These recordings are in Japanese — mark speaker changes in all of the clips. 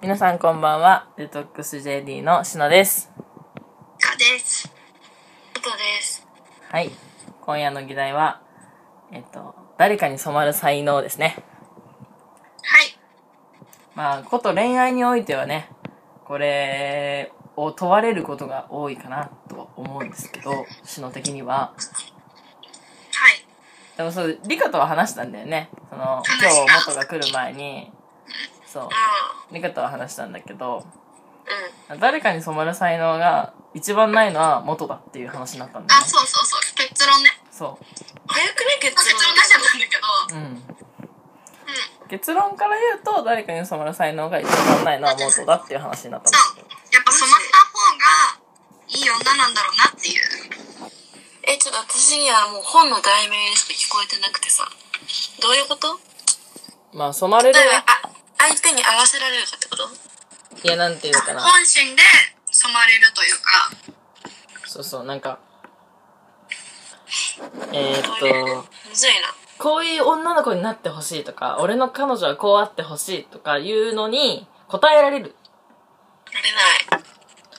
Speaker 1: 皆さんこんばんは。デトックス JD のしのです。
Speaker 2: かです。ことです。
Speaker 1: はい。今夜の議題は、えっと、誰かに染まる才能ですね。
Speaker 2: はい。
Speaker 1: まあ、こと恋愛においてはね、これを問われることが多いかなと思うんですけど、しの的には。
Speaker 2: はい。
Speaker 1: でもそう、リカとは話したんだよね。その、今日元が来る前に、そう
Speaker 2: う、ん。
Speaker 1: リカとは話したんだけど、
Speaker 2: うん。
Speaker 1: 誰かに染まる才能が一番ないのは元だっていう話になったんだよ
Speaker 3: あ、
Speaker 1: ね。
Speaker 3: そうそうそう。結論ね。
Speaker 1: そ
Speaker 2: 早くね、結論。
Speaker 3: 結論出しちゃったんだけど、
Speaker 1: う。うん。結論から言うと、誰かに染まる才能が一番ないのは元だっていう話になったんだけど。
Speaker 3: やっぱ染まった方がいい女なんだろうなっていう。
Speaker 2: え、ちょっと私にはもう本の題名しか聞こえてなくてさ。どういうこと
Speaker 1: まあ、染まれる
Speaker 2: だ、から、あ、相手に合わせられるかってこと
Speaker 1: いや、なんていうのかな。
Speaker 3: 本心で染まれるというか、
Speaker 1: そうそう、なんか、えー、っ
Speaker 2: どういう
Speaker 1: と、
Speaker 2: むずいな。
Speaker 1: こういう女の子になってほしいとか、俺の彼女はこうあってほしいとかいうのに答えられる。
Speaker 2: なれない。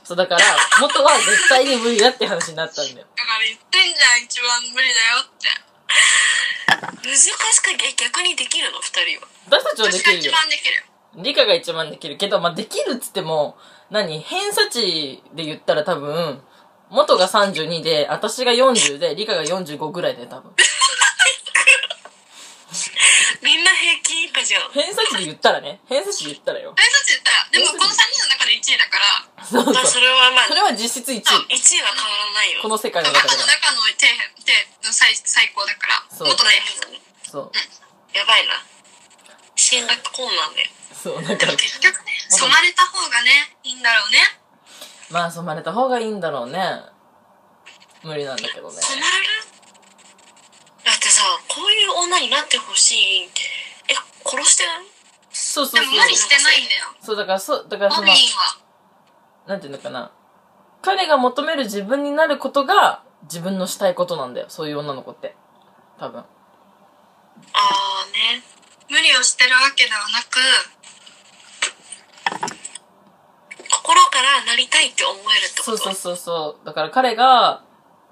Speaker 1: そう、だから、元は絶対に無理だって話になったんだよ。
Speaker 3: だから言ってんじゃん、一番無理だ よって。
Speaker 2: 難しく、え、逆にできるの二人は。
Speaker 1: 私たちはで
Speaker 3: 私が
Speaker 1: きる
Speaker 3: 一
Speaker 1: よ。
Speaker 3: 番できる。
Speaker 1: 理科が一番できるけど、まあ、できるっつっても、何偏差値で言ったら多分、元が32で、私が40で、理科が45ぐらいで多分。
Speaker 2: みんな平均以下じゃん。
Speaker 1: 偏差値で言ったらね、偏差値で言ったらよ。
Speaker 3: 偏差値言ったら、でもこの3人の中で1位だから、
Speaker 1: そうそう。
Speaker 2: まあ、それはまあ
Speaker 1: そ、れは実質1位。
Speaker 2: 1位は変わらないよ。
Speaker 1: この世界の
Speaker 3: バ
Speaker 1: 中
Speaker 3: カ
Speaker 1: で
Speaker 3: の
Speaker 1: は。
Speaker 3: 中の底辺底の最最高だから、
Speaker 1: そう
Speaker 3: もっとないはず。
Speaker 1: そう。
Speaker 2: やばいな。進学困難だよ。
Speaker 1: そう、だ
Speaker 3: で
Speaker 1: から
Speaker 3: も、結局ね、染まれた方がね、いいんだろうね。
Speaker 1: まあ染まれた方がいいんだろうね。無理なんだけどね。
Speaker 2: 染まれるだってさこういう女になってほしいえ殺してない
Speaker 1: そうそ
Speaker 3: で
Speaker 1: うそう
Speaker 3: も。無理してないんだよ。
Speaker 1: そう、だから、そう、だからそ
Speaker 3: 本
Speaker 1: の、
Speaker 3: 人は。
Speaker 1: なんていうのかな。彼が求める自分になることが自分のしたいことなんだよ。そういう女の子って。多分。
Speaker 2: ああね
Speaker 3: 無理をしてるわけではなく、
Speaker 2: 心からなりたいって思えるってこ
Speaker 1: そう
Speaker 2: と
Speaker 1: そうそうそう。だから彼が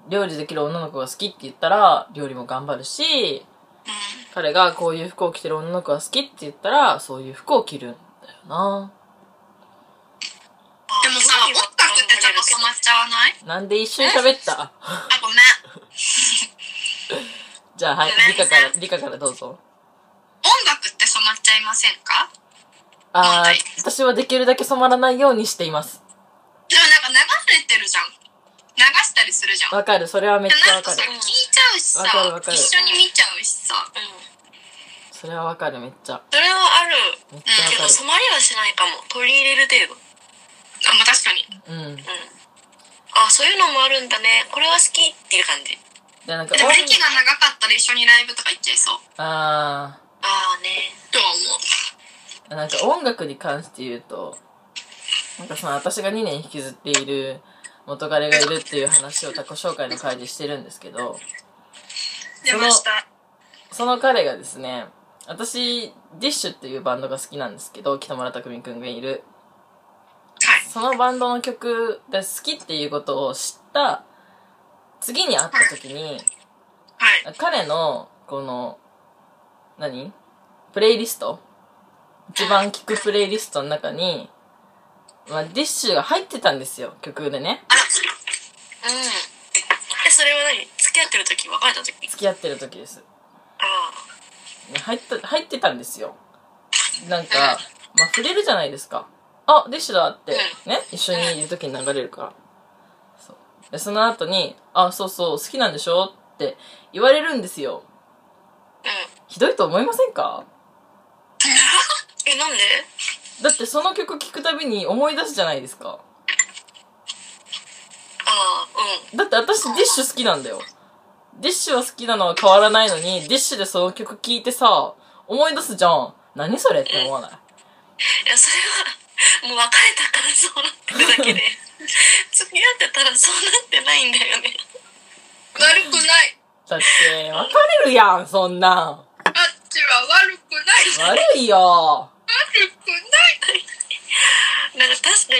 Speaker 1: 料理できる女の子が好きって言ったら料理も頑張るし、
Speaker 3: うん、
Speaker 1: 彼がこういう服を着てる女の子が好きって言ったらそういう服を着るんだよな。
Speaker 3: でもさ、音楽ってちょっと染まっちゃわない
Speaker 1: なんで一瞬喋った
Speaker 3: あ、ごめん。
Speaker 1: じゃあはい、理科から、理科からどうぞ。
Speaker 3: 音楽って染まっちゃいませんか
Speaker 1: あー、私はできるだけ染まらないようにしています。
Speaker 3: でもなんか流れてるじゃん。流したりするじゃん。
Speaker 1: わかる、それはめっちゃ
Speaker 3: な
Speaker 1: わ
Speaker 3: んか
Speaker 1: か
Speaker 3: さ、
Speaker 1: る。
Speaker 3: 聞いちゃうしさ
Speaker 1: わかるわか、る
Speaker 3: 一緒に見ちゃうしさ。
Speaker 2: うん
Speaker 1: それはわかる、めっちゃ。
Speaker 2: それはある
Speaker 1: めっち
Speaker 2: け
Speaker 1: ゃ
Speaker 2: ど
Speaker 1: わ
Speaker 2: 染まりはしないかも取り入れる程度
Speaker 3: あ、まあ確かに。
Speaker 1: かる。うん。
Speaker 2: あそういうのもあるんだねこれは好きっていう感じ
Speaker 1: で、なんか、
Speaker 3: でも息が長かったら一緒にライブとか行っちゃいそう。
Speaker 1: あー、
Speaker 2: ああね
Speaker 3: とは思う。
Speaker 1: なんか音楽に関して言うと、なんかその私が2年引きずっている元彼がいるっていう話を自己紹介の会でしてるんですけど、
Speaker 3: 出ました。
Speaker 1: その彼がですね、私、ディッシュっていうバンドが好きなんですけど、北村匠海くんがいる。
Speaker 3: はい。
Speaker 1: そのバンドの曲が好きっていうことを知った、次に会った時に、
Speaker 3: はい。
Speaker 1: 彼の、この、何プレイリスト一番聴くプレイリストの中に、まあ、ディッシュが入ってたんですよ、曲でね。
Speaker 2: うんえそれは何付き合ってる時別れた時
Speaker 1: 付き合ってる時です。
Speaker 2: あ
Speaker 1: ね入った、入ってたんですよ。なんか、まあ、触れるじゃないですか。あ、ディッシュだって、ね、一緒にいる時に流れるから。そう。で、その後に、あ、そうそう、好きなんでしょって言われるんですよ。
Speaker 2: あうん
Speaker 1: ひどいと思いませんか
Speaker 2: えなん で
Speaker 1: だってその曲聴くたびに思い出すじゃないですか。
Speaker 2: ああうん
Speaker 1: だって私ディッシュ好きなんだよ。ディッシュは好きなのは変わらないのに、ディッシュでその曲聴いてさ、思い出すじゃん。何それって思わない
Speaker 2: いやそれはもう別れたからそうなってるだけ で付き合ってたらそうなってないんだよね
Speaker 3: 悪くない。
Speaker 1: だって、別れるやん、そんなん。
Speaker 3: あっちは悪くない。
Speaker 1: 悪いよ。
Speaker 3: 悪くない。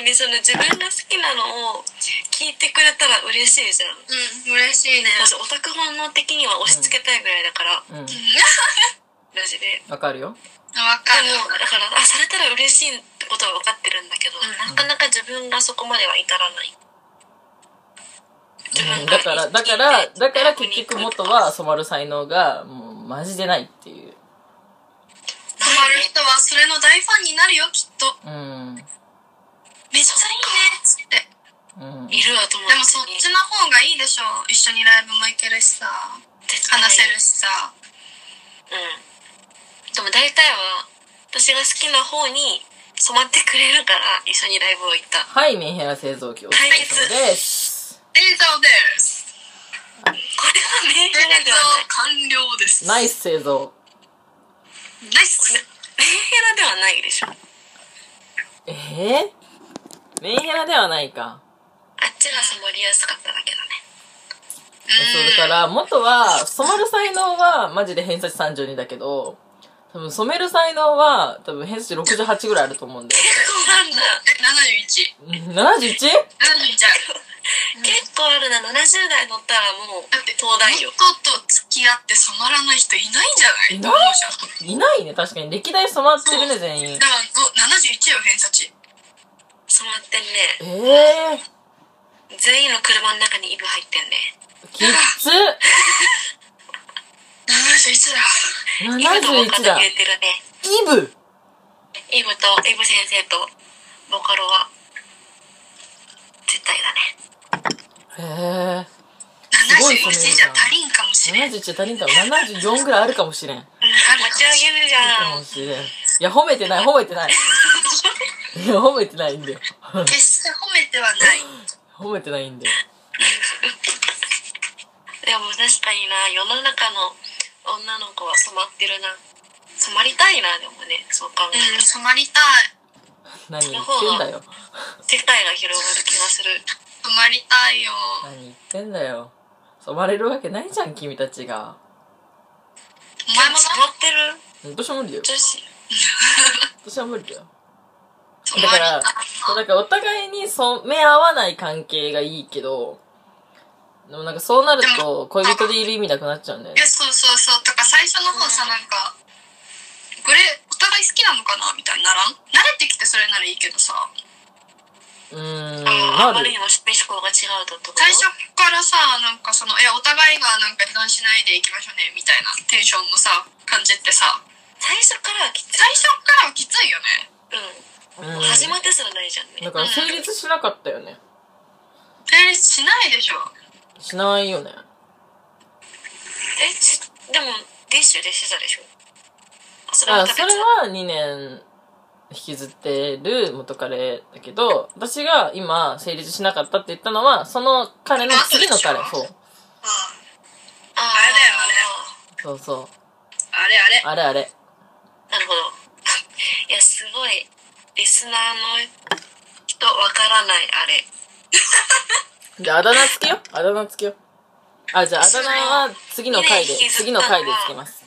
Speaker 2: りその自分が好きなのを聞いてくれたら嬉しいじゃん
Speaker 3: うん、嬉しいね。
Speaker 2: 私オタク本能的には押し付けたいぐらいだから、
Speaker 1: うん。
Speaker 2: マジで
Speaker 1: わかるよ。
Speaker 3: わか
Speaker 2: で
Speaker 3: る。
Speaker 2: もだからあされたら嬉しいってことは分かってるんだけど、
Speaker 3: うん
Speaker 2: なかなか自分がそこまでは至らない自
Speaker 1: う
Speaker 2: 分
Speaker 1: ん、
Speaker 2: が
Speaker 1: だから、だから、だから
Speaker 2: 聞い
Speaker 1: 結
Speaker 2: て
Speaker 1: 局元は染まる才能が、もうマジでないっていう。
Speaker 3: 泊まる人はそれの大ファンになるよ、きっと。
Speaker 1: うん。
Speaker 2: めっち
Speaker 3: そ
Speaker 2: ゃ
Speaker 3: れいいね、つって。
Speaker 1: うん。
Speaker 2: いいるわ友
Speaker 3: でもそ
Speaker 2: 達
Speaker 3: っ
Speaker 2: に
Speaker 3: ちの方がいいでしょ。一緒にライブも行けるしさ。話せるしさ。
Speaker 2: うんでも大体は私が好きな方に染まってくれるから一緒にライブを行った
Speaker 1: はい、メンヘラ製造機お疲れ様です。
Speaker 3: レーザーです。
Speaker 2: これはメン
Speaker 3: レー
Speaker 2: ヘラではない
Speaker 3: 完了です
Speaker 1: ナイ
Speaker 3: ス。
Speaker 1: ス製造。
Speaker 3: ナイス。
Speaker 2: メンヘラではないでしょあっ
Speaker 1: ええメンヘラではないか。
Speaker 2: ちが染まりやすかっただけだね
Speaker 1: そうだから、元は、染まる才能は、マジで偏差値32だけど、多分染める才能は、多分偏差値68ぐらいあると思うんだよ。
Speaker 2: 結構あるな
Speaker 3: え、71。
Speaker 1: うん 71?
Speaker 3: 70じゃん。
Speaker 2: 結構あるな70代乗ったらもう
Speaker 3: だって
Speaker 2: 東大よ
Speaker 3: 元と付き合って染まらない人いないんじゃない
Speaker 1: い
Speaker 3: と
Speaker 1: な
Speaker 3: 思
Speaker 1: いう
Speaker 3: じゃん
Speaker 1: いないね、確かに。歴代染まってるね、全員
Speaker 3: だ。からど71よ偏差値
Speaker 2: 染まってんね
Speaker 1: ええ
Speaker 2: 全員の車の中にイブ入ってんね
Speaker 1: きっつ
Speaker 3: 71だ
Speaker 2: イブとボ
Speaker 1: !71
Speaker 2: カロ
Speaker 1: だ
Speaker 2: 入れてるね
Speaker 1: イブ
Speaker 2: イブとイブ先生とボカロは絶対だ
Speaker 1: へ
Speaker 2: ね
Speaker 1: え。すごい染める
Speaker 3: 71
Speaker 1: じ
Speaker 3: じ
Speaker 1: ゃん
Speaker 3: ゃ足りんかもしれん
Speaker 1: 71足りんかも。74ぐらいあるかもしれん。
Speaker 2: 持ち上げるじ
Speaker 1: か
Speaker 2: ゃん
Speaker 1: もしれん。いや、褒めてない、褒めてない。いや、褒めてないんだよ。
Speaker 3: 決して褒めてはない
Speaker 1: 褒めてないんだよ。
Speaker 2: でも確かにな世の中の女の子は染まってるな染まりたいなでもねそう考え
Speaker 3: う
Speaker 2: る
Speaker 3: ん
Speaker 2: と、
Speaker 3: 染まりたい
Speaker 1: 何言ってんだよ。
Speaker 2: 世界が広がる気がする
Speaker 3: 染まりたいよ
Speaker 1: 何言ってんだよ。染まれるわけないじゃん、君たちが。
Speaker 3: お
Speaker 2: 前
Speaker 3: 前
Speaker 2: も
Speaker 3: も
Speaker 2: 染
Speaker 3: な
Speaker 2: まってる
Speaker 1: 私は無理だよ。
Speaker 2: 女子
Speaker 1: 私は無理だよ。
Speaker 3: 染
Speaker 1: だ
Speaker 3: ま
Speaker 1: か
Speaker 3: りた
Speaker 1: ら、そうだからお互いに染め合わない関係がいいけど、でもなんかそうなる
Speaker 3: で
Speaker 1: と恋人でいる意味なくなっちゃうんだよ
Speaker 3: いい
Speaker 1: ね
Speaker 3: や。そうそうそうとか最初の方さ
Speaker 2: うん
Speaker 3: なんかこれお互い好きなのかなみたいにならん慣れてきてそれならいいけどさ
Speaker 1: うーん、
Speaker 2: ああ
Speaker 1: な
Speaker 2: ま
Speaker 1: る
Speaker 2: り。にも思考が違うとってこと
Speaker 3: 最初からさなんかそのいやお互いがなんか離婚しないでいきましょうねみたいなテンションのさ感じってさ
Speaker 2: 最初からはきつい
Speaker 3: 最初からはきついよ
Speaker 2: う
Speaker 3: ね
Speaker 2: ん、
Speaker 1: うん
Speaker 2: もう始まってすらないじゃんね
Speaker 1: だから成立しなかったよね。
Speaker 3: 成立しないでしょ
Speaker 1: しないよね。
Speaker 2: えちでもディッシュでしてたでしょあそれは
Speaker 1: あ
Speaker 2: 別
Speaker 1: それは2年引きずってる元彼だけど、私が今成立しなかったって言ったのは、その彼の次の彼、そう。
Speaker 2: あー
Speaker 3: あれだよ
Speaker 1: そうそ
Speaker 3: あれあれ
Speaker 1: う。あれあれ。
Speaker 2: なるほど。 いや、すごい、リスナーの人、わからない、あれ。
Speaker 1: じゃあ、あだ名つけよう。あだ名つけよう。あ、じゃあ、あだ名は次の回で
Speaker 2: 二年引、きず
Speaker 1: 次
Speaker 2: った
Speaker 1: の
Speaker 2: のは
Speaker 1: 回でつけます。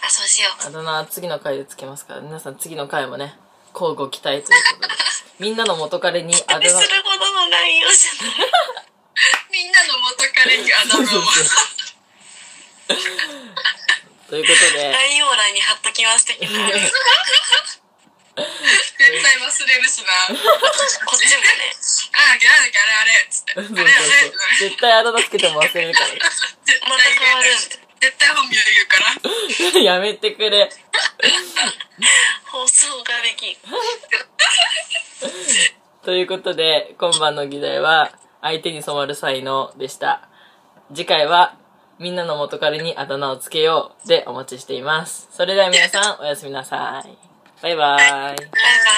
Speaker 2: あ、そうしよう。
Speaker 1: あだ名は次の回でつけますから、皆さん次の回もね、交互期待ということで。みんなの元彼にあだ
Speaker 2: あれ
Speaker 1: 名
Speaker 2: す、るほどの内容じゃない。
Speaker 3: みんなの元彼にあだ名を
Speaker 1: そうそうということで、
Speaker 2: 概要欄に貼っときます的な。
Speaker 3: 絶対忘れるしな
Speaker 2: こっちもね。
Speaker 3: ああなんだっけあれあれっつってあ
Speaker 1: そうそう
Speaker 3: れ
Speaker 1: そう
Speaker 3: あれ
Speaker 1: 絶対あだ名つけても忘れるからね。
Speaker 3: 絶対
Speaker 2: また変わる
Speaker 3: 絶対本名言うから
Speaker 1: やめてくれ。
Speaker 2: 放送ができん。
Speaker 1: ということで、今晩の議題は、相手に染まる才能でした。次回は、みんなの元彼にあだ名をつけようでお待ちしています。それでは皆さん、おやすみなさい。バイバーイ。
Speaker 2: バイバイ。